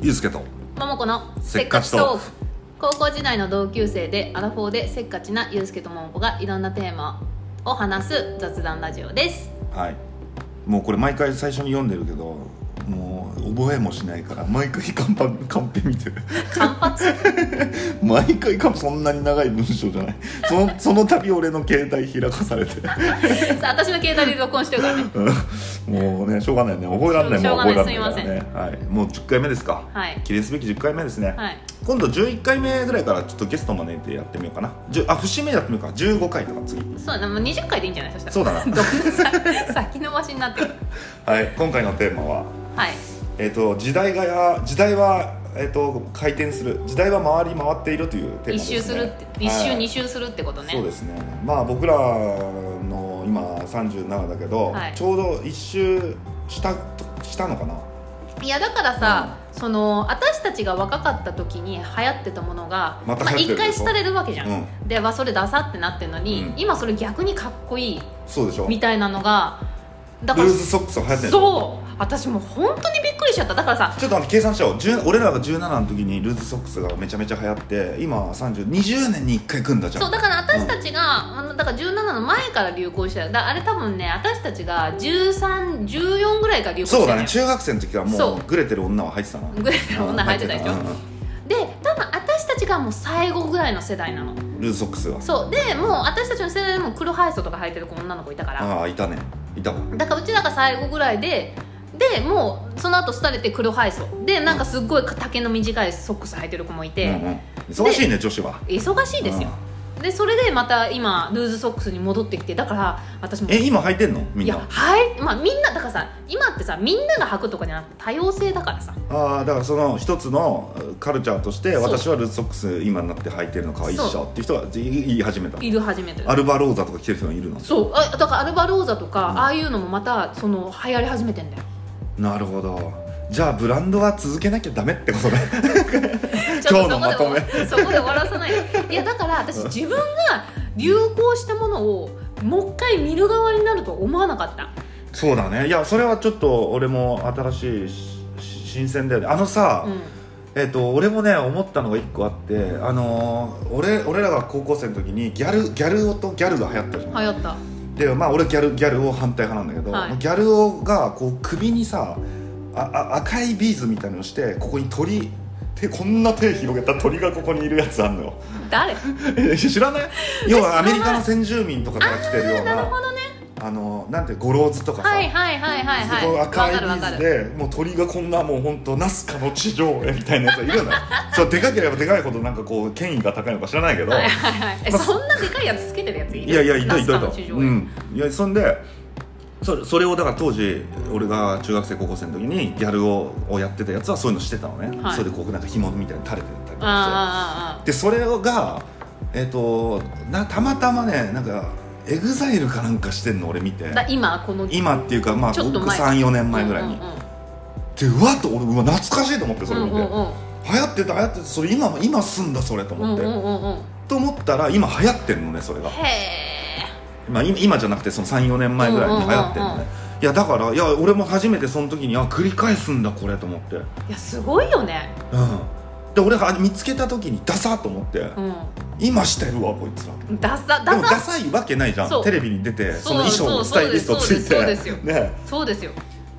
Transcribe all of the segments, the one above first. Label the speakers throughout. Speaker 1: ゆうすけと
Speaker 2: 桃子の
Speaker 1: せっかちトーク
Speaker 2: 高校時代の同級生でアラフォーでせっかちなゆうすけと桃子がいろんなテーマを話す雑談ラジオです
Speaker 1: はいもうこれ毎回最初に読んでるけどもう覚えもしないから毎回カンパカンペ見てる
Speaker 2: 間髪
Speaker 1: 毎回カンそんなに長い文章じゃないそ のその度俺の携帯開かされて
Speaker 2: さあ私の携帯で録音してるからね
Speaker 1: うんもうねしょうがないね覚えられない
Speaker 2: しょ
Speaker 1: も
Speaker 2: うんがな
Speaker 1: 覚
Speaker 2: い
Speaker 1: えられないから
Speaker 2: すい
Speaker 1: ね、はい、もう10回目ですか、
Speaker 2: はい
Speaker 1: 記念すべき10回目ですね、
Speaker 2: はい
Speaker 1: 今度11回目ぐらいからちょっとゲスト招いてやってみようかな10あ節目やってみようか15回とか次
Speaker 2: そうだなもう20回でいいんじゃないそしたら
Speaker 1: そうだな
Speaker 2: どんなさ 先延ばしになってる
Speaker 1: はい今回のテーマは
Speaker 2: はい
Speaker 1: えっ、と時代がや時代はえっ、と回転する時代は回り回っているというテーマで
Speaker 2: 一
Speaker 1: すね
Speaker 2: 周するって一
Speaker 1: は
Speaker 2: 周
Speaker 1: い
Speaker 2: 二周するってことね
Speaker 1: そうですねまあ僕らの今37だけど、
Speaker 2: はい
Speaker 1: ちょうど一周したしたのかない
Speaker 2: やだからさ、その私たちが若かった時に流行ってたものが
Speaker 1: また流行ってる
Speaker 2: 一回廃れるわけじゃん、
Speaker 1: う
Speaker 2: でわそれダサってなってるのに、
Speaker 1: うん
Speaker 2: 今それ逆にかっこいい
Speaker 1: そうでしょ
Speaker 2: み
Speaker 1: ル
Speaker 2: たいなのがだか
Speaker 1: ー
Speaker 2: ら
Speaker 1: ズソックスは流行ってんの
Speaker 2: そう私もう本当にびっくりしちゃっただからさ
Speaker 1: ちょっと待って計算しよう10俺らが17の時にルーズソックスがめちゃめちゃ流行って今3020年に1回組んだじゃん
Speaker 2: そうだから私たちが、あのだから17の前から流行してただあれ多分ね私たちが1314ぐらいから流行して
Speaker 1: そう
Speaker 2: た
Speaker 1: だ
Speaker 2: のよ
Speaker 1: ね中学生の時はも
Speaker 2: そう
Speaker 1: うグレてる女は入ってたな
Speaker 2: ぐらいの女入ってたでしょ、
Speaker 1: うんうん
Speaker 2: で多分私たちがもう最後ぐらいの世代な
Speaker 1: う
Speaker 2: の
Speaker 1: んルーズソックスは
Speaker 2: そうでもう私たちの世代でも黒ハイソとか履いてる子女の子いたから
Speaker 1: ああいたねいたわ
Speaker 2: だからうちらが最後ぐらいででもうその後廃れて黒ハイソでなんかすっごい丈の短いソックス履いてる子もいて、
Speaker 1: うんうん忙しいね女子は
Speaker 2: 忙しいですよ、でそれでまた今ルーズソックスに戻ってきてだから私も
Speaker 1: え今履いてんのみ
Speaker 2: い
Speaker 1: ん
Speaker 2: や
Speaker 1: な
Speaker 2: はいまあみんなだからさ今ってさみんなが履くとかじゃなくて多様性だからさ
Speaker 1: ああだからその一つのカルチャーとして
Speaker 2: そう
Speaker 1: 私はルーズソックス今になって履いてるの可愛いっし
Speaker 2: そ
Speaker 1: ょっていう人が言い始めた
Speaker 2: いる始めてる
Speaker 1: アルバローザとか着てる人がいるの
Speaker 2: そうあだからアルバローザとか、
Speaker 1: うん
Speaker 2: ああいうのもまたその流行り始めてんだよ
Speaker 1: なるほどじゃあブランドは続けなきゃダメってことね
Speaker 2: ちょ っ
Speaker 1: 今日のまとめ
Speaker 2: そこで終わらさないいやだから私自分が流行したものをもう一回見る側になるとは思わなかった
Speaker 1: そうだねいやそれはちょっと俺も新しいしし新鮮だよねあのさ、
Speaker 2: うん
Speaker 1: えっと俺もね思ったのが一個あってあのー俺俺らが高校生の時にギャルギャル男ギャルが流行ったじゃん、
Speaker 2: 流行った
Speaker 1: でまあ俺ギャルギャルを反対派なんだけど、
Speaker 2: はい
Speaker 1: ギャルをがこう首にさああ赤いビーズみたいのをしてここに鳥手こんな手広げた鳥がここにいるやつあんのよ
Speaker 2: 誰
Speaker 1: え知らない要はアメリカの先住民とかから来てるような
Speaker 2: なる
Speaker 1: あ
Speaker 2: ほどね
Speaker 1: のなんて五郎図とかさ、
Speaker 2: はいはいはいはい
Speaker 1: そ
Speaker 2: はい
Speaker 1: こ
Speaker 2: わ
Speaker 1: 赤い
Speaker 2: か
Speaker 1: ビ
Speaker 2: るわか
Speaker 1: ーズ
Speaker 2: る
Speaker 1: でもう鳥がこんなもう本当ナスカの地上絵みたいなやつがいるのよそうでかければでかいほどなんかこう権威が高いのか知らないけど、
Speaker 2: はいはいはいえ
Speaker 1: まあ
Speaker 2: そんなでかいやつつけてるやついる
Speaker 1: いやいやいた
Speaker 2: ナ
Speaker 1: い
Speaker 2: ス
Speaker 1: た
Speaker 2: カ
Speaker 1: い
Speaker 2: の
Speaker 1: た
Speaker 2: 地上絵
Speaker 1: うんいやそんでそれそれをだから当時俺が中学生高校生の時にギャルををやってたやつはそういうのしてたのね、
Speaker 2: はい
Speaker 1: それでこうなんか紐みたいに垂れてたりとか
Speaker 2: あ
Speaker 1: してでそれがえっ、となたまたまねなんかエグザイルかなんかしてんの俺見て
Speaker 2: ああああだ今この
Speaker 1: 今っていうかまあ
Speaker 2: ちょっと前
Speaker 1: 34年前ぐらいに、
Speaker 2: うん
Speaker 1: でうわっと俺うわ懐かしいと思ってそれ
Speaker 2: う
Speaker 1: 見
Speaker 2: ん
Speaker 1: て、
Speaker 2: うんうん
Speaker 1: 流行ってた流行ってたそれ今今すんだそれと
Speaker 2: うん
Speaker 1: 思っ
Speaker 2: うん
Speaker 1: て、
Speaker 2: うんうんうん
Speaker 1: と思ったら今流行ってんのねそれが
Speaker 2: へ
Speaker 1: まあ、今今じゃなくてその34年前ぐらいに流行ってる
Speaker 2: うん
Speaker 1: の
Speaker 2: うんうん
Speaker 1: ねいやだからいや俺も初めてその時にあ繰り返すんだこれと思って、うん、
Speaker 2: えいやすごいよね
Speaker 1: で俺が見つけた時にダサーと思って、
Speaker 2: う
Speaker 1: 今してるわこいつら
Speaker 2: んダサ
Speaker 1: で
Speaker 2: ダ
Speaker 1: もダ
Speaker 2: サ
Speaker 1: サいわけないじゃ
Speaker 2: そうん
Speaker 1: テレビに出てその
Speaker 2: そう
Speaker 1: 衣装のスタイリストつい
Speaker 2: そうです
Speaker 1: て
Speaker 2: そうですそう
Speaker 1: ね
Speaker 2: そうですよ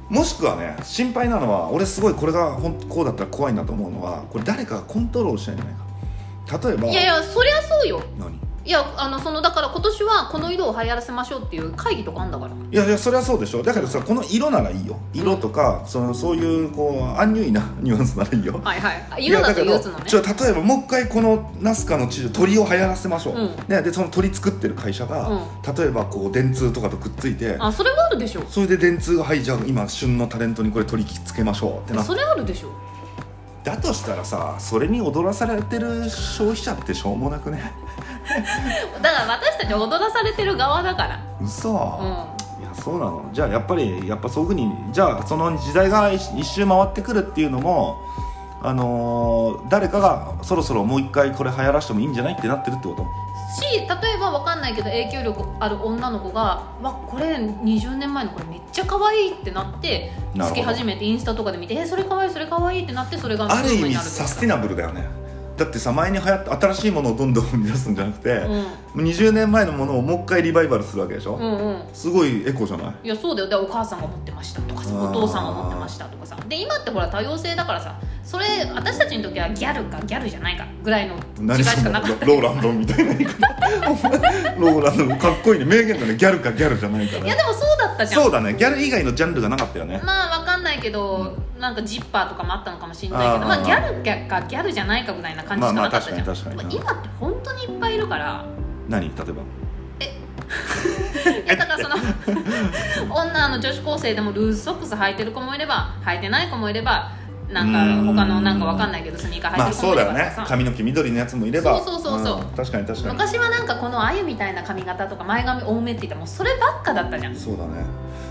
Speaker 1: もしくはね心配なのは俺すごいこれがほんこうだったら怖いなと思うのはこれ誰かがコントロールしたんじゃないか例えば
Speaker 2: いやいやそりゃそうよ
Speaker 1: 何
Speaker 2: いやあのそのだから今年はこの色を流行らせましょうっていう会議とかあんだから
Speaker 1: いやいやそれはそうでしょだけどさこの色ならいいよ色とか、そのそういうこうアンニュイなニュアンスならいいよ
Speaker 2: はいはい
Speaker 1: いや
Speaker 2: 色だと言う
Speaker 1: だ
Speaker 2: つのね
Speaker 1: ちょ例えばもう一回このナスカの地上鳥を流行らせましょう、
Speaker 2: うん
Speaker 1: ね、でその鳥作ってる会社が、
Speaker 2: う
Speaker 1: 例えばこう電通とかとくっついて
Speaker 2: あそれはあるでしょ
Speaker 1: それで電通がはいじゃあ今旬のタレントにこれ取りつけましょうってな
Speaker 2: それあるでしょ
Speaker 1: だとしたらさそれに踊らされてる消費者ってしょうもなくね
Speaker 2: だから私たち踊らされてる側だから
Speaker 1: 嘘、
Speaker 2: う
Speaker 1: いやそうなのじゃあやっぱりやっぱそういうふうにじゃあその時代が一一周回ってくるっていうのもあのー誰かがそろそろもう一回これ流行らしてもいいんじゃないってなってるってこと
Speaker 2: んし例えばは分かんないけど影響力ある女の子が「わこれ20年前のこれめっちゃ可愛いってなって
Speaker 1: なるほど
Speaker 2: つけ始めてインスタとかで見て「えそれ可愛いそれ可愛いってなってそれが
Speaker 1: ある
Speaker 2: ブー
Speaker 1: 意
Speaker 2: ムに
Speaker 1: 味
Speaker 2: なるって
Speaker 1: サ
Speaker 2: こと
Speaker 1: スティナブルだよねだってさ前に流行った新しいものをどんどん生み出すんじゃなくて、もう20年前のものをもう一回リバイバルするわけでしょ、
Speaker 2: うんうんうん
Speaker 1: すごいエコじゃない
Speaker 2: いやそうだよでお母さんが持ってましたとかさ
Speaker 1: あー
Speaker 2: お父さんが持ってましたとかさで今ってほら多様性だからさそれ私たちの時はギャルかギャルじゃないかぐらいの違い
Speaker 1: 何
Speaker 2: し
Speaker 1: そ
Speaker 2: か
Speaker 1: んな
Speaker 2: なか
Speaker 1: ロ
Speaker 2: った
Speaker 1: ローランドみたいな言い方ローランドかっこいいね名言だねギャルかギャルじゃないか
Speaker 2: いや
Speaker 1: ら
Speaker 2: でもそうだったじゃん
Speaker 1: そうだねギャル以外のジャンルがなかったよね
Speaker 2: まあわかんないけど、なんかジッパーとかもあったのかもしれないけど
Speaker 1: あー
Speaker 2: まあギャルギャかギャルじゃないかぐらいな感じしかなかったじゃん、
Speaker 1: まあまあ確かに確かに
Speaker 2: まあ今って本当にいっぱいいるから
Speaker 1: 何例えば
Speaker 2: いやだからその女の女子高生でもルーズソックス履いてる子もいれば履いてない子もいればなんか
Speaker 1: うん
Speaker 2: 他のなんかわかんないけどスニーカ
Speaker 1: ま
Speaker 2: ー履い
Speaker 1: あ
Speaker 2: てる子
Speaker 1: そ
Speaker 2: も
Speaker 1: う
Speaker 2: い
Speaker 1: だ
Speaker 2: れ
Speaker 1: よ
Speaker 2: ば
Speaker 1: ね
Speaker 2: さ
Speaker 1: 髪の毛緑のやつもいれば
Speaker 2: そうそうそうそうん
Speaker 1: 確かに確かに
Speaker 2: 昔はなんかこのあゆみたいな髪型とか前髪多めって言ったらもうそればっかだったじゃん
Speaker 1: そうだね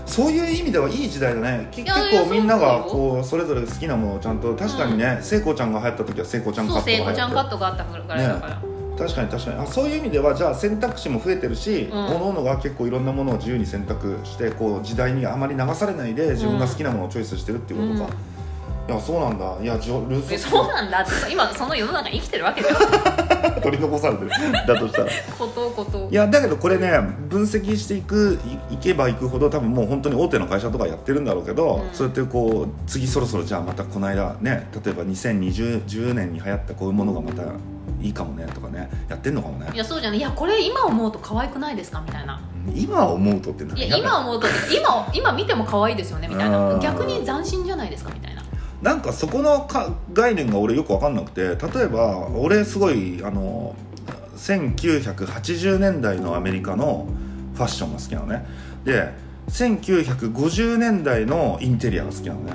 Speaker 1: そういう意味ではいい時代だねき
Speaker 2: い
Speaker 1: 結
Speaker 2: や
Speaker 1: 構みんなが
Speaker 2: いやそう
Speaker 1: こうそれぞれ好きなものをちゃんと確かにね聖子、ちゃんが流行った時は聖子ちゃんカ
Speaker 2: そう聖
Speaker 1: ット
Speaker 2: 子
Speaker 1: が流
Speaker 2: ちゃん
Speaker 1: 行
Speaker 2: カ
Speaker 1: っ
Speaker 2: ッ
Speaker 1: て
Speaker 2: トがあったぐらいだから、
Speaker 1: 確かに確かにあそういう意味ではじゃあ選択肢も増えてるし、
Speaker 2: ん
Speaker 1: 各々が結構いろんなものを自由に選択してこう時代にあまり流されないで自分が好きなものをチョイスしてるっていうことか、いやそうなんだいやジョルー
Speaker 2: え
Speaker 1: ズ
Speaker 2: そうなんだってさ今その世の中生きてるわけじゃん
Speaker 1: 取り残されてるだとしたら
Speaker 2: ことこと
Speaker 1: いやだけどこれね分析していくいいけばいくほど多分もう本当に大手の会社とかやってるんだろうけど、
Speaker 2: うん
Speaker 1: そうやってこう次そろそろじゃあまたこの間ね例えば2020 10年に流行ったこういうものがまたいいかもねとかねやってんのかもね
Speaker 2: いやそうじゃないいやこれ今思うと可愛くないですかみたいな
Speaker 1: 今思うとって何
Speaker 2: いや今思うと今今見ても可愛いですよねみたいな
Speaker 1: うん
Speaker 2: 逆に斬新じゃないですかみたいな
Speaker 1: なんかそこのか概念が俺よく分かんなくて例えば俺すごいあの1980年代のアメリカのファッションが好きなのねで1950年代のインテリアが好きなのね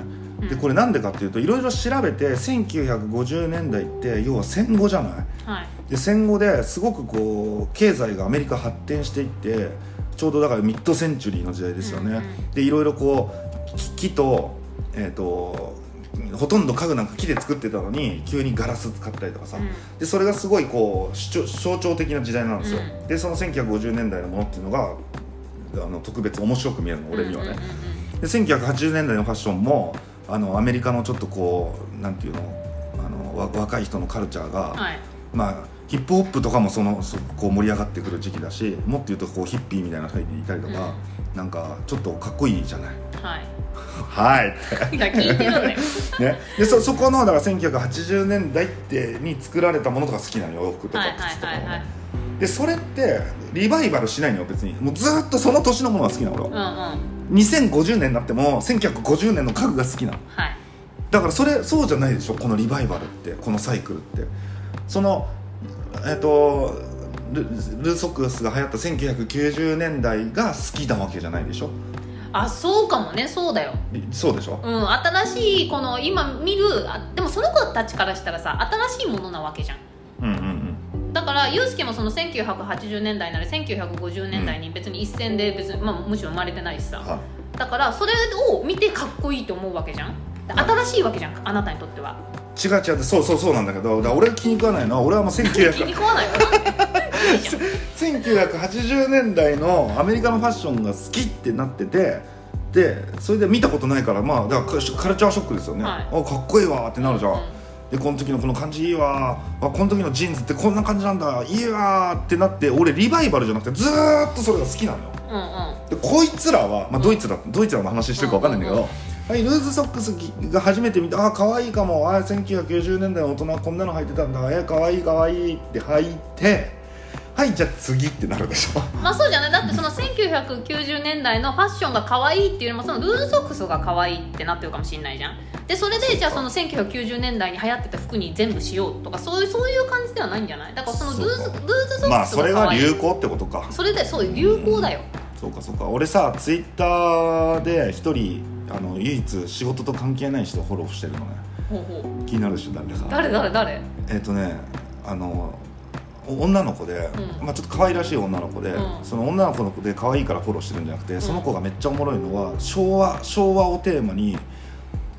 Speaker 1: でこれなんでかっていうといろいろ調べて1950年代って要は戦後じゃない
Speaker 2: はい
Speaker 1: で戦後ですごくこう経済がアメリカ発展していってちょうどだからミッドセンチュリーの時代ですよね、
Speaker 2: うんうん
Speaker 1: でいろいろこう木木と,、えー、とほとんど家具なんか木で作ってたのに急にガラス使ったりとかさ、
Speaker 2: う
Speaker 1: でそれがすごいこう主張象徴的な時代なんですよ、でその1950年代のものっていうのがあの特別面白く見えるの
Speaker 2: ん
Speaker 1: 俺にはね、
Speaker 2: うんうんうんうん
Speaker 1: で1980年代のファッションもあのアメリカのちょっとこうなんていうのあのわ若い人のカルチャーが、
Speaker 2: はい
Speaker 1: まあ、ヒップホップとかもそのそこう盛り上がってくる時期だしもっと言うとこうヒッピーみたいな人いたりとか、なんかちょっとかっこいいじゃない。
Speaker 2: は
Speaker 1: はい
Speaker 2: いいや聞いてるん だよ
Speaker 1: ね、でそそ このだから1980年代ってに作られたものとか好きなの洋服とか
Speaker 2: はいはい
Speaker 1: 靴とか
Speaker 2: は
Speaker 1: も
Speaker 2: いはい
Speaker 1: ねでそれってリバイバルしないのよ別にもうずーっとその年のものが好きなの俺
Speaker 2: うんう
Speaker 1: は、
Speaker 2: ん
Speaker 1: 2050年になっても1950年の家具が好きなの
Speaker 2: はい
Speaker 1: だからそれそうじゃないでしょこのリバイバルってこのサイクルってそのえっ、とルルーソックスが流行った1990年代が好きなわけじゃないでしょ
Speaker 2: あそうかもねそうだよ
Speaker 1: りそうでしょ
Speaker 2: うん、新しいこの今見るあでもその子たちからしたらさ新しいものなわけじゃん
Speaker 1: うんうんうん
Speaker 2: だからユースケもその1980年代なら1950年代に別に一戦で別に、まあ、むしろ生まれてないしさ
Speaker 1: は
Speaker 2: だからそれを見てかっこいいと思うわけじゃん新しいわけじゃんあなたにとっては
Speaker 1: 違う違うそうそうそうなんだけどだから俺が気に食わないのは俺はもう
Speaker 2: 気に
Speaker 1: 1900
Speaker 2: 食わないよないいじゃん
Speaker 1: 1980年代のアメリカのファッションが好きってなっててでそれで見たことないからまあだからカルチャーショックですよね、
Speaker 2: はい
Speaker 1: あかっこいいわーってなるじゃん、
Speaker 2: うん
Speaker 1: でこの時のこの感じいいわーあこの時のジーンズってこんな感じなんだいいわーってなって俺リバイバルじゃなくてずーっとそれが好きなのよ
Speaker 2: うんうん
Speaker 1: でこいつらは、まあ、ドイツだドイツらの話してるか分かんないんだけど、
Speaker 2: うん
Speaker 1: はい、ルーズソックスが初めて見てああ可愛いかもああ1990年代の大人はこんなの履いてたんだえー、可愛い可愛いって履いてはいじゃあ次ってなるでしょ
Speaker 2: まあ そうじゃないだってその1990年代のファッションが可愛いっていうよりもそのルーズソックスが可愛いってなってるかもしれないじゃんでそれでじゃあその1990年代に流行ってた服に全部しようとかそういうそういう感じではないんじゃないだからそのルーズ
Speaker 1: そうか
Speaker 2: ルーズソッ
Speaker 1: ま
Speaker 2: ク
Speaker 1: あ
Speaker 2: ス
Speaker 1: そ
Speaker 2: が
Speaker 1: れ
Speaker 2: 可
Speaker 1: が
Speaker 2: 愛い
Speaker 1: 流行ってことか
Speaker 2: それでそう流行だよ、
Speaker 1: そうかそうか俺さツイッターで一人あの唯一仕事と関係ない人をフォローしてるのね
Speaker 2: ほうほう
Speaker 1: 気になるでしょ誰だか
Speaker 2: 誰誰誰
Speaker 1: えっ、とねあのお女の子で、
Speaker 2: うん
Speaker 1: まあ、ちょっと可愛らしい女の子で、
Speaker 2: うん
Speaker 1: その女の子の子で可愛いからフォローしてるんじゃなくて、その子がめっちゃおもろいのは昭和昭和をテーマに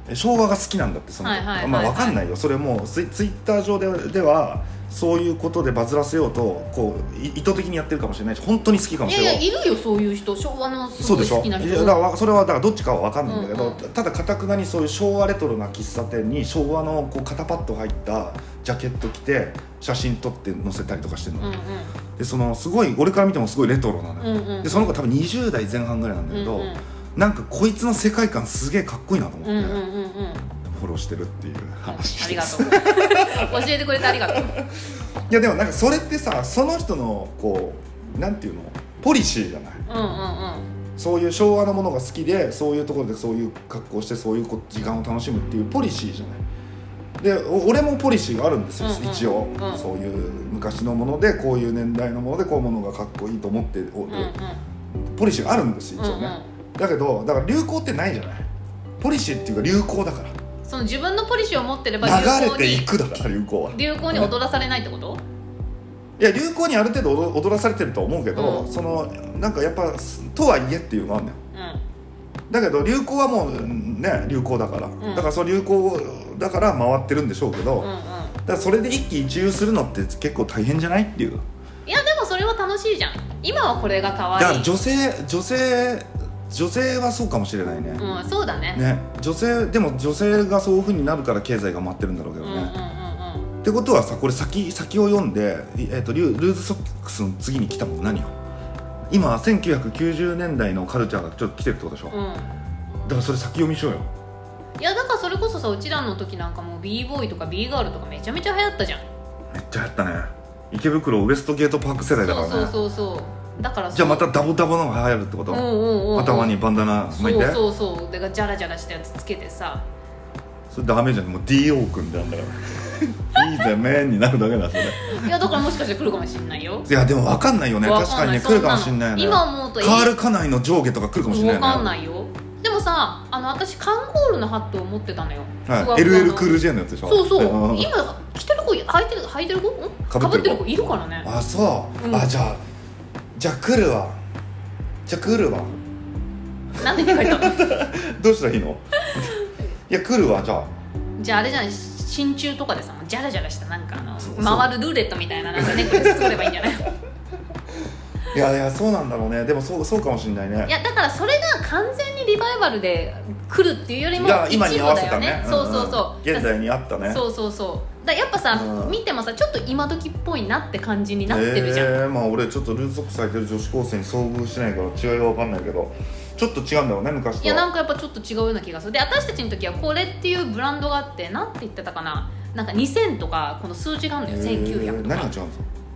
Speaker 1: え昭和が好きなんだってその、
Speaker 2: はいはいはいはい
Speaker 1: まあわかんないよそれもうツイツイッター上でではそういうことでバズらせようとこうい意図的にやってるかもしれないし本当に好きかも
Speaker 2: い
Speaker 1: しれな
Speaker 2: や
Speaker 1: い
Speaker 2: いやいるよそういう人昭和のす
Speaker 1: そう
Speaker 2: ご
Speaker 1: で
Speaker 2: い
Speaker 1: しょ
Speaker 2: 好きない人
Speaker 1: やだからわそれはだからどっちかは分かんないんだけど、
Speaker 2: うんう
Speaker 1: ただかたくなにそういう昭和レトロな喫茶店に昭和のこう肩パッと入ったジャケット着て写真撮って載せたりとかしてる
Speaker 2: う
Speaker 1: の、
Speaker 2: ん
Speaker 1: でそのすごい俺から見てもすごいレトロなの
Speaker 2: う
Speaker 1: よ、
Speaker 2: んうんうん
Speaker 1: でその子多分20代前半ぐらいなんだけど、
Speaker 2: うんうん
Speaker 1: なんかこいつの世界観すげえかっこいいなと思って、
Speaker 2: うんうんうんうん
Speaker 1: フォローしてるっていう話
Speaker 2: あり
Speaker 1: で
Speaker 2: が
Speaker 1: す
Speaker 2: とう教えてくれてありがとう
Speaker 1: いやでもなんかそれってさその人のこうなんていうのポリシーじゃない
Speaker 2: うんうん
Speaker 1: そういう昭和のものが好きでそういうところでそういう格好をしてそういうこ時間を楽しむっていうポリシーじゃないでお俺もポリシーがあるんですよ、
Speaker 2: うんうん
Speaker 1: 一応、
Speaker 2: うん
Speaker 1: そういう昔のものでこういう年代のものでこういうものがかっこいいと思ってお
Speaker 2: うんうんうん
Speaker 1: ポリシーがあるんですよ一応
Speaker 2: うんう
Speaker 1: ね、
Speaker 2: ん
Speaker 1: だけどだから流行ってないじゃないポリシーっていうか流行だか
Speaker 2: その自分のポリシーを持ってれば
Speaker 1: ら流れ
Speaker 2: 流行
Speaker 1: てい
Speaker 2: に
Speaker 1: くだから流行は
Speaker 2: 流行に踊らされないってこと
Speaker 1: いや流行にある程度踊踊らされてると思うけど、
Speaker 2: うん
Speaker 1: そのなんかやっぱすとはいえっていうのがあるんだよ
Speaker 2: う
Speaker 1: だけど流行はもううんね流行だから、
Speaker 2: ん
Speaker 1: だからその流行だから回ってるんでしょうけど、
Speaker 2: んうんう
Speaker 1: だ
Speaker 2: ん
Speaker 1: からそれで一喜一憂するのって結構大変じゃないっていう
Speaker 2: いやでもそれは楽しいじゃん今はこれが可
Speaker 1: だか
Speaker 2: 愛
Speaker 1: ら
Speaker 2: い
Speaker 1: 女性女性女性はそうかもしれないね、
Speaker 2: うんそうだね
Speaker 1: ね女性でも女性がそういうふうになるから経済が回ってるんだろうけ
Speaker 2: う
Speaker 1: ど
Speaker 2: んう
Speaker 1: ね
Speaker 2: ん、うんうん
Speaker 1: ってことはさこれ先先を読んで、いえー、とリュルーズソックスの次に来たもの何よ今1990年代のカルチャーがちょっと来てるってことでしょ、だ
Speaker 2: うん
Speaker 1: からそれ先読みしようよ
Speaker 2: いやだからそれこそさうちらの時なんかもう b ボーイとか b ガールとかめちゃめちゃ流行ったじゃん
Speaker 1: めっちゃ流行ったね池袋ウエストゲートパーク世代だからね
Speaker 2: そうそうそうそうだからそう
Speaker 1: じゃあまたダボダボのが流行るってこ
Speaker 2: うん
Speaker 1: と、
Speaker 2: うんうん
Speaker 1: 頭にバンダナ
Speaker 2: そ
Speaker 1: 巻いて
Speaker 2: う
Speaker 1: そ
Speaker 2: そうそうだからジャラジャラしたやつつけてさ
Speaker 1: れダメじゃんもう DO 君であんだからいいぜメンになるだけだそれい
Speaker 2: いやだからもしかして来るかもしんないよ
Speaker 1: やでも分かんないよね
Speaker 2: わ
Speaker 1: 確
Speaker 2: か
Speaker 1: か
Speaker 2: ん
Speaker 1: に
Speaker 2: ない
Speaker 1: ね来るかもしんないよね
Speaker 2: そんなの今思うと
Speaker 1: カールカナイの上下とか来るかもしんないよ
Speaker 2: わ
Speaker 1: ね
Speaker 2: かんないよでもさあの私カンゴールのハットを持ってたのよ、
Speaker 1: は
Speaker 2: ふ
Speaker 1: い、
Speaker 2: わふわの
Speaker 1: LL クール J のやつでしょ
Speaker 2: そうそう
Speaker 1: うん
Speaker 2: 今着てる子履いてる履いてる子ん
Speaker 1: か
Speaker 2: か
Speaker 1: ぶ
Speaker 2: ぶ
Speaker 1: っ
Speaker 2: ってて
Speaker 1: る
Speaker 2: る
Speaker 1: 子
Speaker 2: 子いるからね
Speaker 1: あそう、
Speaker 2: うん
Speaker 1: あじゃあじゃあ来るわじゃあ来るわ
Speaker 2: なんで着替えたの
Speaker 1: どうしたらいいの いや来るわじゃあ
Speaker 2: じゃああれじゃない真鍮とかでさもうジャラジャラしたなんかあの
Speaker 1: そうそう
Speaker 2: 回るルーレットみたいななんかネックレス作ればいいんじ ゃないい
Speaker 1: いやいやそうなんだろうねでもそうそうかもしんないね
Speaker 2: やだからそれが完全にリバイバルで来るっていうよりも
Speaker 1: いや
Speaker 2: 一部
Speaker 1: 今に合わせ
Speaker 2: だ
Speaker 1: た
Speaker 2: よ
Speaker 1: ね
Speaker 2: ね
Speaker 1: んん
Speaker 2: そうそうそう
Speaker 1: 現代にあったね
Speaker 2: そうそうそうだからやっぱさ、
Speaker 1: うん
Speaker 2: 見てもさちょっと今時っぽいなって感じになってるじゃん、
Speaker 1: えーまあ俺ちょっとルーズソックス履いてる女子高生に遭遇しないから違いが分かんないけどちょっと違うんだろうね昔と
Speaker 2: いやなんかやっぱちょっと違うような気がするで私たちの時はこれっていうブランドがあってなんて言ってたかななんか2000とかこの数字があるのよ1900
Speaker 1: 何
Speaker 2: と
Speaker 1: が違う
Speaker 2: か
Speaker 1: んですか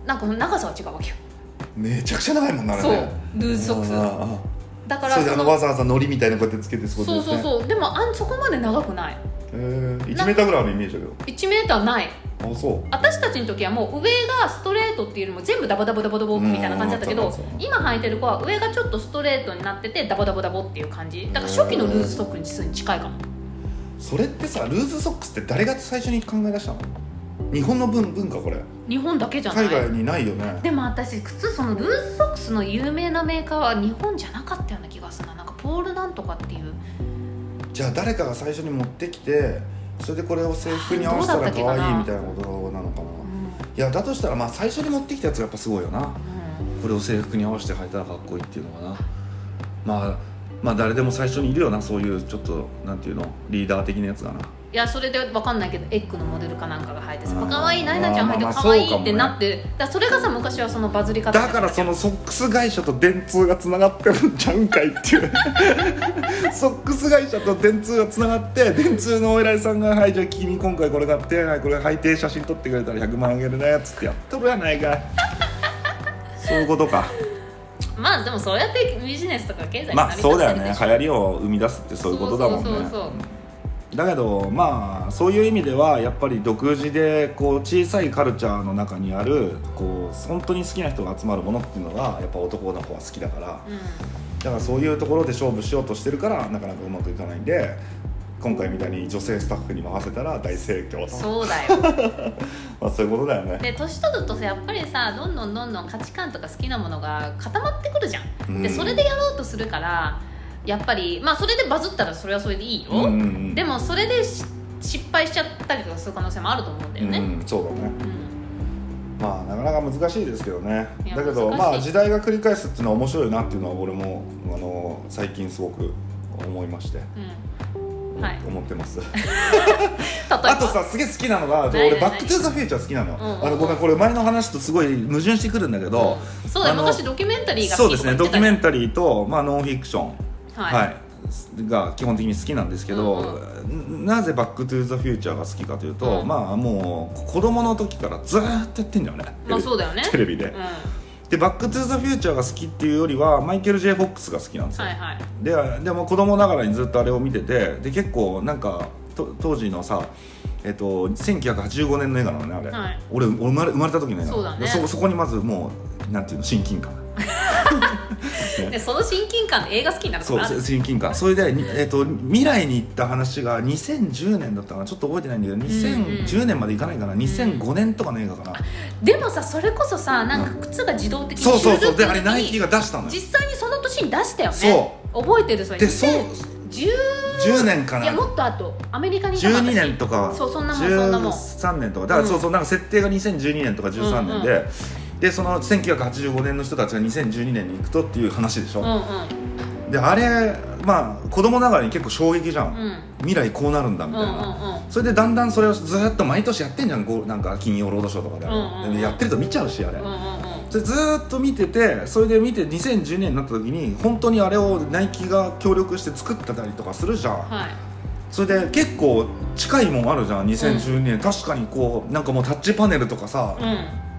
Speaker 2: なんかこの長さは違うわけよ
Speaker 1: めちゃくちゃ長いもんなあれ
Speaker 2: そう
Speaker 1: ね
Speaker 2: ルーズソック
Speaker 1: あ
Speaker 2: ス
Speaker 1: ああ
Speaker 2: だか
Speaker 1: あ
Speaker 2: ら
Speaker 1: それで
Speaker 2: そ
Speaker 1: あの
Speaker 2: の
Speaker 1: わざわざのりみたいなこうやってつけてそうい
Speaker 2: そうう
Speaker 1: ことで
Speaker 2: そう
Speaker 1: すね
Speaker 2: そうでもあんそこまで長くない
Speaker 1: えー、1メーターぐらいあるイメージだけ
Speaker 2: 1m ない
Speaker 1: どあそう
Speaker 2: 私たちの時はもう上がストレートっていうよりも全部ダボダボダボダボみたいな感じだったけ
Speaker 1: うん
Speaker 2: ど
Speaker 1: そうそうそう
Speaker 2: 今履いてる子は上がちょっとストレートになっててダボダボダボっていう感じだから初期のルーズソックスに近いかも
Speaker 1: それってさルーズソックスって誰が最初に考え出したの日本の文文化これ
Speaker 2: 日本だけじゃない
Speaker 1: 海外にないよね
Speaker 2: でも私靴そのルーズソックスの有名なメーカーは日本じゃなかったような気がするななんかポールなんとかっていう
Speaker 1: じゃあ誰かが最初に持ってきてそれでこれを制服に合わせたら可愛いみたいなことなのかな
Speaker 2: うん、
Speaker 1: いやだとしたらまあ最初に持ってきたやつがやっぱすごいよなこれを制服に合わせて履いたらかっこいいっていうのかなまあまあ誰でも最初にいるよなそういうちょっとなんていうのリーダー的なやつがない
Speaker 2: やそれでわかんないけどエッグのモデルかなんかが履いてさ
Speaker 1: あー
Speaker 2: 可愛いなえなちゃん履いて
Speaker 1: まあ
Speaker 2: る
Speaker 1: まあ
Speaker 2: 可愛
Speaker 1: そうかも
Speaker 2: いっ
Speaker 1: ね
Speaker 2: てなってだからそれがさ昔はそのバズり方
Speaker 1: だからそのソックス会社と電通がつながってるんちゃうんかいっていう ソックス会社と電通がつながって電通のお偉いさんが「はいじゃあ君今回これ買ってはいこれ履いて写真撮ってくれたら100万あげるね」っつってやっとるやない かいそういうことか
Speaker 2: まあでもそうやってビジネスとか経済に成
Speaker 1: ま
Speaker 2: り
Speaker 1: あ
Speaker 2: 立
Speaker 1: そうだよ
Speaker 2: ってる
Speaker 1: ね
Speaker 2: でしょ
Speaker 1: 流行りを生み出すってそういうことだもんね
Speaker 2: そうそうそう
Speaker 1: だけどまあそういう意味ではやっぱり独自でこう小さいカルチャーの中にあるこう本当に好きな人が集まるものっていうのがやっぱ男の子は好きだから
Speaker 2: うん
Speaker 1: だからそういうところで勝負しようとしてるからなかなかうまくいかないんで今回みたいに女性スタッフに任せたら大盛況と
Speaker 2: そうだよ
Speaker 1: まあ、そういうことだよね
Speaker 2: で年取るとさやっぱりさどんどんどんどん価値観とか好きなものが固まってくるじゃん、
Speaker 1: うん
Speaker 2: でそれでやろうとするからやっぱりまあそれでバズったらそれはそれでいいよ、
Speaker 1: うんうんうん
Speaker 2: でもそれでし失敗しちゃったりとかする可能性もあると思うんだよね、
Speaker 1: うん、そうだね
Speaker 2: うん
Speaker 1: まあなかなか難しいですけどね
Speaker 2: いや
Speaker 1: だけど
Speaker 2: 難しい
Speaker 1: まあ時代が繰り返すっていうのは面白いなっていうのは俺もあの最近すごく思いまして、
Speaker 2: うんはい
Speaker 1: 思ってます
Speaker 2: 例えば
Speaker 1: あとさすげえ好きなのが
Speaker 2: ない
Speaker 1: 俺
Speaker 2: ない
Speaker 1: バック・トゥ・ザ・フューチャー好きなの,、
Speaker 2: うんうん
Speaker 1: あのごめんこれ前の話とすごい矛盾してくるんだけど、
Speaker 2: うんそうだよ
Speaker 1: あの
Speaker 2: 昔ドキュメンタリーが
Speaker 1: そ
Speaker 2: 好
Speaker 1: うで
Speaker 2: きと
Speaker 1: すねドキ
Speaker 2: か言ってたじゃ
Speaker 1: ュ
Speaker 2: ん
Speaker 1: メンタリーと、まあ、ノンフィクション
Speaker 2: はい、
Speaker 1: はい、が基本的に好きなんですけど、ななぜ「バック・トゥ・ザ・フューチャー」が好きかというと、
Speaker 2: うん
Speaker 1: まあもう子供の時からずーっとやってんだよね、
Speaker 2: まあそうだよね
Speaker 1: テレビで、
Speaker 2: うんは
Speaker 1: で「バック・トゥ・ザ・フューチャー」が好きっていうよりはマイケル・ J ・フォックスが好きなんですよ、
Speaker 2: いはい
Speaker 1: ででも子供ながらにずっとあれを見ててで結構なんかと当時のさえっと、1985年の映画なのねあれ、
Speaker 2: はい
Speaker 1: 俺俺生まれ生まれた時の映画
Speaker 2: そうだね
Speaker 1: そそこにまずもうなんていうの親近感
Speaker 2: でその親近感で映画好きになると
Speaker 1: そ
Speaker 2: か
Speaker 1: う
Speaker 2: ある
Speaker 1: せ親近感それで、にえっと未来に行った話が2010年だったかなちょっと覚えてないんだけど2010年までいかないかな、2005年とかの映画かな、
Speaker 2: でもさそれこそさなんか靴が自動的に
Speaker 1: そうそうそうで
Speaker 2: 修
Speaker 1: あ
Speaker 2: 繕
Speaker 1: れ
Speaker 2: 的に
Speaker 1: ナイキが出したのよ
Speaker 2: 実際にその年に出したよね
Speaker 1: そ
Speaker 2: 覚えてるそれ
Speaker 1: でそう
Speaker 2: 2010
Speaker 1: 10年か
Speaker 2: い
Speaker 1: な
Speaker 2: やもっとあとアメリカにいたの
Speaker 1: 12
Speaker 2: 私
Speaker 1: 年とか
Speaker 2: そうそんなもんそんなもん
Speaker 1: 13年とかだから、
Speaker 2: うん
Speaker 1: そうそうなんか設定が2012年とか13年で、
Speaker 2: う
Speaker 1: でその1985年の人たちが2012年に行くとっていう話でし
Speaker 2: う
Speaker 1: ょ、
Speaker 2: ん
Speaker 1: であれまあ子供ながらに結構衝撃じゃん、
Speaker 2: うん
Speaker 1: 未来こうなるんだみ
Speaker 2: うんう
Speaker 1: たい
Speaker 2: んうん
Speaker 1: な、
Speaker 2: うん
Speaker 1: それでだんだんそれをずっと毎年やってんじゃんこうなんか金曜ロードショーとかで,、
Speaker 2: うんうんうん
Speaker 1: でやってると見ちゃうしあれ、
Speaker 2: うんうんうん
Speaker 1: それずーっと見ててそれで見て2010年になった時に本当にあれをナイキが協力して作ってたりとかするじゃん、
Speaker 2: はい
Speaker 1: それで結構近いもんあるじゃん2012年、確かにこうなんかもうタッチパネルとかさ、
Speaker 2: う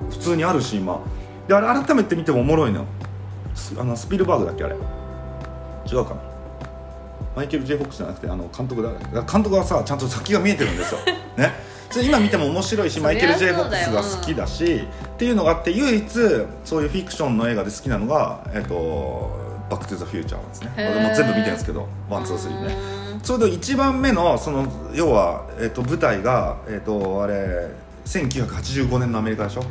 Speaker 2: ん
Speaker 1: 普通にあるし今であれ改めて見てもおもろいのよスあのスピルバーグだっけあれ違うかなマイケル・ J ・フォックスじゃなくてあの監督だ監督はさちゃんと先が見えてるん ですよねそれ今見ても面白いし
Speaker 2: そりゃ
Speaker 1: マイケル・ J ・
Speaker 2: そう
Speaker 1: フ
Speaker 2: だ
Speaker 1: ォ
Speaker 2: よ
Speaker 1: ックスが好きだしっていうのがあって唯一そういうフィクションの映画で好きなのが「えっとバック・トゥ・ザ・フューチャー」なんですね
Speaker 2: へー
Speaker 1: 俺もう全部見てるんですけどワンツースリーね
Speaker 2: うーん
Speaker 1: ちょうど1番目のその要は、えっと舞台が、えっとあれ1985年のアメリカでしょ、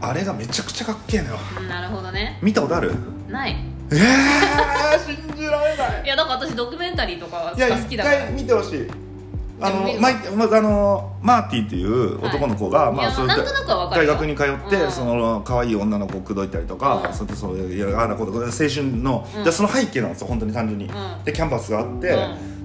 Speaker 1: あれがめちゃくちゃかっけえのよ
Speaker 2: うんなるほどね
Speaker 1: 見たことある
Speaker 2: ない
Speaker 1: ええー、信じられない
Speaker 2: いやだから私ドキュメンタリーとか
Speaker 1: いや
Speaker 2: が好き
Speaker 1: 一
Speaker 2: だから
Speaker 1: 回見てほしいあ
Speaker 2: でも見
Speaker 1: の
Speaker 2: る
Speaker 1: マイまああのマーティーっていう男の子が、
Speaker 2: い
Speaker 1: まあ
Speaker 2: や
Speaker 1: そういう
Speaker 2: なんとなくは分か
Speaker 1: 大
Speaker 2: るよ
Speaker 1: 学に通って、
Speaker 2: うん
Speaker 1: その可愛い女の子を口説いたりとか、
Speaker 2: うん
Speaker 1: そうやってそういういやああだこと青春の、
Speaker 2: うん
Speaker 1: でその背景なんですよ本当に単純に、
Speaker 2: ん
Speaker 1: でキャンバスがあって、
Speaker 2: う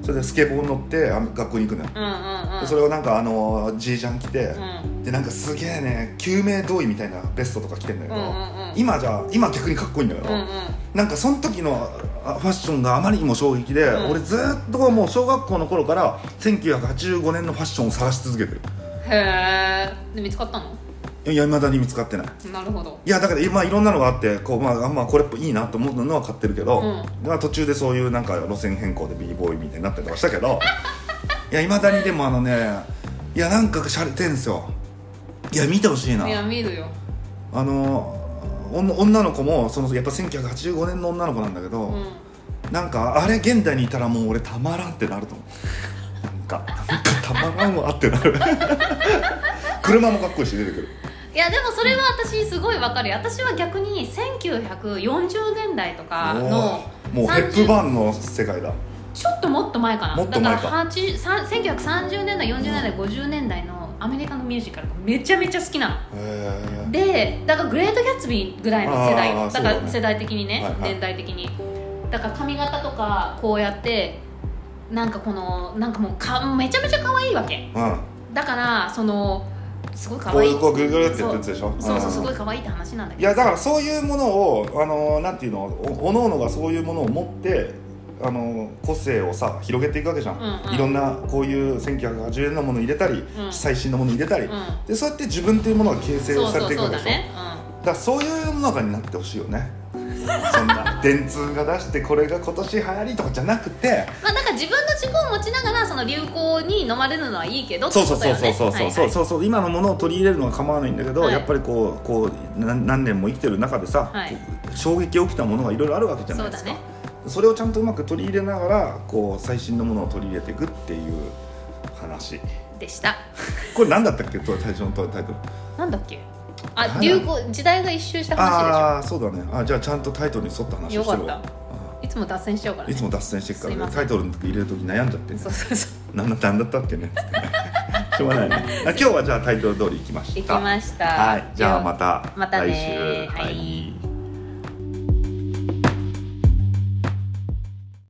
Speaker 1: それでスケボーに乗ってあ学校に行くのよ、
Speaker 2: うんうんうん
Speaker 1: でそれをなんかあのじいちゃん着て、
Speaker 2: うん
Speaker 1: でなんかすげえね救命胴衣みたいなベストとか着てんだけど、
Speaker 2: うんうんうん
Speaker 1: 今じゃ今逆にかっこいいんだけど、
Speaker 2: うんうん
Speaker 1: なんかその時のあファッションがあまりにも衝撃で、
Speaker 2: うん
Speaker 1: 俺ずっともう小学校の頃から1985年のファッションを探し続けてる
Speaker 2: へえ見つかったの
Speaker 1: いや未だに見つかってない
Speaker 2: なるほど
Speaker 1: いやだから今いろんなのがあってこう、まあ、あまあこれいいなと思うのは買ってるけど、
Speaker 2: う
Speaker 1: まあ途中でそういうなんか路線変更で b ボーイみたいになったりとかしたけどいや未だにでもあのねいやなんかしゃれてんですよいや見てほしいない
Speaker 2: や見るよ
Speaker 1: あのおん女の子もそのやっぱ1985年の女の子なんだけど、
Speaker 2: うん
Speaker 1: なんかあれ現代にいたらもう俺たまらんってなると思うなんかなんかたまらんわってなる 車もかっこいいし出てくる
Speaker 2: いやでもそれは私すごいわかるよ私は逆に1940年代とか
Speaker 1: おー
Speaker 2: の
Speaker 1: もうヘップバーンの世界だ
Speaker 2: ちょっともっと前かな
Speaker 1: もっと前か
Speaker 2: だから80さん1930年代40年代50年代のアメリカのミュージカルがめちゃめちゃ好きなの
Speaker 1: へえ
Speaker 2: でだからグレート・ギャッツビーぐらいの世代
Speaker 1: あー
Speaker 2: だ
Speaker 1: そう
Speaker 2: か
Speaker 1: だ
Speaker 2: ら
Speaker 1: ね
Speaker 2: 世代的にね、
Speaker 1: はいはい
Speaker 2: 年代的にだから髪型とかこうやってなんかこのなんかもうかめちゃめちゃ可愛いわけ
Speaker 1: うん
Speaker 2: だからそのすごい可
Speaker 1: こう
Speaker 2: 愛
Speaker 1: い
Speaker 2: いう
Speaker 1: 子グーグルって言ってるやつでしょ
Speaker 2: そうそうそううんすごい可愛いって話なんだけ
Speaker 1: い
Speaker 2: ど
Speaker 1: やだからそういうものをあのなんていうのおおのおのがそういうものを持ってあの個性をさ広げていくわけじゃん、
Speaker 2: うんうん
Speaker 1: いろんなこういう1980年のもの入れたり、
Speaker 2: うん
Speaker 1: 最新のもの入れたり、
Speaker 2: うん
Speaker 1: でそうやって自分というものが形成
Speaker 2: そう
Speaker 1: され
Speaker 2: そう
Speaker 1: ていく
Speaker 2: そ
Speaker 1: わ
Speaker 2: う
Speaker 1: けで
Speaker 2: だ
Speaker 1: しょ
Speaker 2: ね、
Speaker 1: だからそういう世の中になってほしいよね そんな電通が出してこれが今年流行りとかじゃなくて
Speaker 2: うん、まあなんか自分の自己を持ちながらその流行に飲まれるのはいいけどって
Speaker 1: そう
Speaker 2: こ
Speaker 1: そう
Speaker 2: とだ
Speaker 1: そう
Speaker 2: よ
Speaker 1: そう
Speaker 2: ね
Speaker 1: そうそうそうそうそう今のものを取り入れるのは構わないんだけど、
Speaker 2: はい
Speaker 1: やっぱりこうこうな何年も生きてる中でさ、
Speaker 2: はい
Speaker 1: こう衝撃起きたものがいろいろあるわけじゃないですか
Speaker 2: そう
Speaker 1: それをちゃんとうまく取り入れながらこう最新のものを取り入れていくっていう話
Speaker 2: はいでした
Speaker 1: これ何だったっけと最初のタイトル
Speaker 2: なんだっけあ
Speaker 1: はい
Speaker 2: 流行時代が一周した話でしょ
Speaker 1: ああーそうだねあじゃあちゃんとタイトルに沿った話をしてるわ
Speaker 2: よかっいつつも脱線しちゃうからね
Speaker 1: いつも脱線していくか
Speaker 2: すい
Speaker 1: ら
Speaker 2: ま
Speaker 1: ね
Speaker 2: せん
Speaker 1: タイトルの時入れる時悩んじゃってね
Speaker 2: そうそうそう
Speaker 1: なんだなんだったっけねつってね しょうがないねあ今日はじゃあタイトル通り行きました
Speaker 2: 行きました
Speaker 1: はいじゃあまた
Speaker 2: また
Speaker 1: 来
Speaker 2: ね
Speaker 1: 週
Speaker 2: はい
Speaker 1: はい